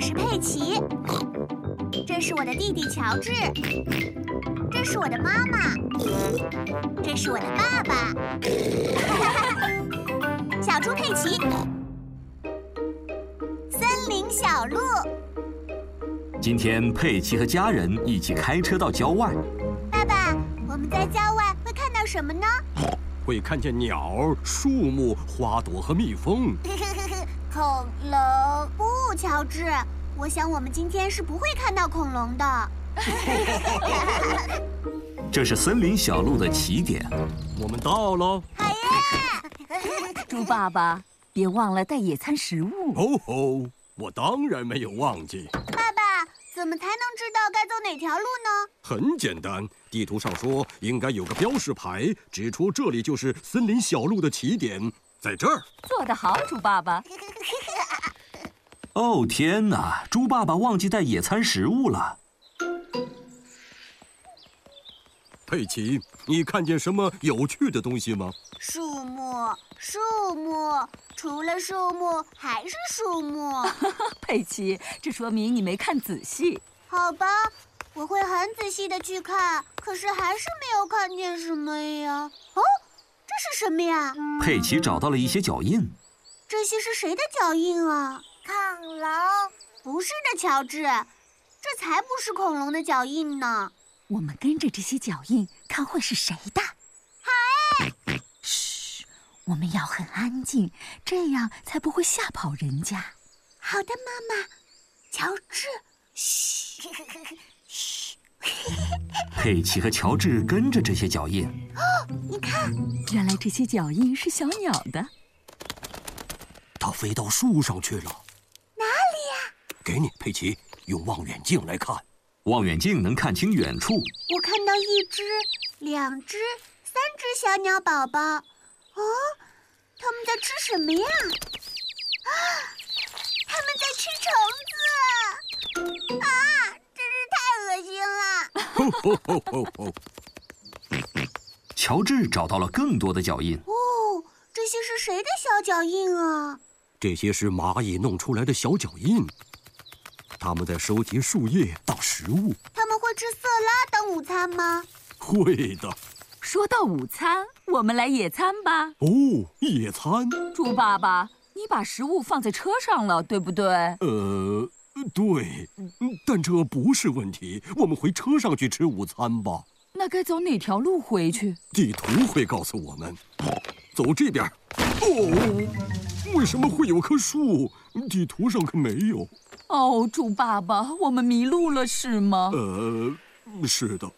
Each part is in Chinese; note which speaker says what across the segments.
Speaker 1: 是佩奇，这是我的弟弟乔治，这是我的妈妈，这是我的爸 爸。小猪佩奇，森林小路。
Speaker 2: 今天佩奇和家人一起开车到郊外。
Speaker 1: 爸爸，我们在郊外会看到什么呢？
Speaker 3: 会看见鸟、树木、花朵和蜜蜂。
Speaker 1: 恐龙不，乔治，我想我们今天是不会看到恐龙的。
Speaker 2: 这是森林小路的起点。
Speaker 3: 我们到喽！
Speaker 1: 好耶！
Speaker 4: 猪爸爸，别忘了带野餐食物。
Speaker 3: 哦吼，我当然没有忘记。
Speaker 1: 爸爸，怎么才能知道该走哪条路呢？
Speaker 3: 很简单，地图上说应该有个标示牌，指出这里就是森林小路的起点，在这儿。
Speaker 4: 做得好，猪爸爸。
Speaker 2: 哦天哪！猪爸爸忘记带野餐食物了。
Speaker 3: 佩奇，你看见什么有趣的东西吗？
Speaker 1: 树木，树木，除了树木还是树木。
Speaker 4: 佩奇，这说明你没看仔细。
Speaker 1: 好吧，我会很仔细的去看，可是还是没有看见什么呀。哦，这是什么呀？
Speaker 2: 佩奇找到了一些脚印。
Speaker 1: 这些是谁的脚印啊？
Speaker 5: 恐龙？
Speaker 1: 不是的，乔治，这才不是恐龙的脚印呢。
Speaker 4: 我们跟着这些脚印，看会是谁的。
Speaker 1: 好
Speaker 4: 嘘，我们要很安静，这样才不会吓跑人家。
Speaker 1: 好的，妈妈。乔治，嘘，
Speaker 2: 嘘。佩奇和乔治跟着这些脚印。
Speaker 1: 哦，你看，
Speaker 4: 原来这些脚印是小鸟的。
Speaker 3: 它飞到树上去了。
Speaker 1: 哪里呀、
Speaker 3: 啊？给你，佩奇，用望远镜来看。
Speaker 2: 望远镜能看清远处。
Speaker 1: 我看到一只、两只、三只小鸟宝宝。哦，它们在吃什么呀？啊，它们在吃虫子！啊，真是太恶心了！吼吼吼吼！
Speaker 2: 乔治找到了更多的脚印。
Speaker 1: 哦，这些是谁的小脚印啊？
Speaker 3: 这些是蚂蚁弄出来的小脚印，它们在收集树叶当食物。
Speaker 1: 它们会吃色拉当午餐吗？
Speaker 3: 会的。
Speaker 4: 说到午餐，我们来野餐吧。
Speaker 3: 哦，野餐！
Speaker 4: 猪爸爸，你把食物放在车上了，对不对？
Speaker 3: 呃，对，但这不是问题。我们回车上去吃午餐吧。
Speaker 4: 那该走哪条路回去？
Speaker 3: 地图会告诉我们。走这边。哦。为什么会有棵树？地图上可没有。
Speaker 4: 哦，猪爸爸，我们迷路了是吗？
Speaker 3: 呃，是的。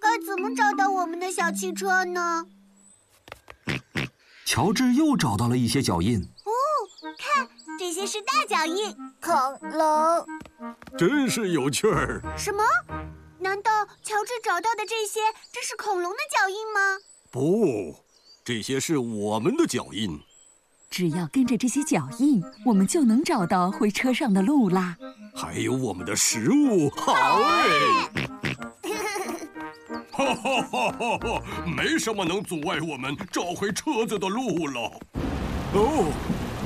Speaker 1: 该怎么找到我们的小汽车呢？
Speaker 2: 乔治又找到了一些脚印。
Speaker 1: 哦，看，这些是大脚印，
Speaker 5: 恐龙。
Speaker 3: 真是有趣儿。
Speaker 1: 什么？难道乔治找到的这些，这是恐龙的脚印吗？
Speaker 3: 不，这些是我们的脚印。
Speaker 4: 只要跟着这些脚印，我们就能找到回车上的路啦。
Speaker 3: 还有我们的食物，好哎！哈哈哈哈哈！没什么能阻碍我们找回车子的路了。哦，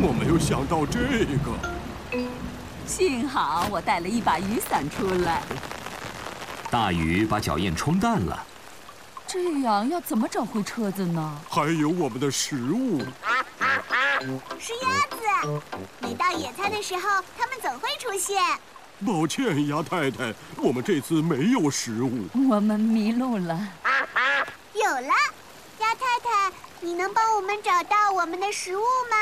Speaker 3: 我没有想到这个。
Speaker 4: 幸好我带了一把雨伞出来。
Speaker 2: 大雨把脚印冲淡了。
Speaker 4: 这样要怎么找回车子呢？
Speaker 3: 还有我们的食物。
Speaker 1: 是鸭子，每到野餐的时候，它们总会出现。
Speaker 3: 抱歉，鸭太太，我们这次没有食物，
Speaker 4: 我们迷路了。
Speaker 1: 有了，鸭太太，你能帮我们找到我们的食物吗？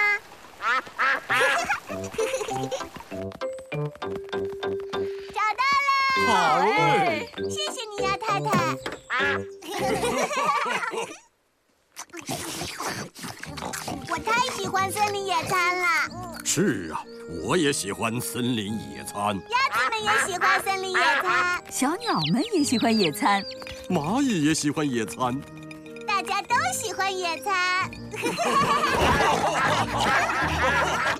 Speaker 1: 找
Speaker 3: 到了！好嘞！
Speaker 1: 谢谢你，鸭太太。 我太喜欢森林野餐了。
Speaker 3: 是啊，我也喜欢森林野餐。
Speaker 1: 鸭子们也喜欢森林野餐，
Speaker 4: 小鸟们也喜欢野餐，
Speaker 3: 蚂蚁也喜欢野餐，
Speaker 1: 大家都喜欢野餐。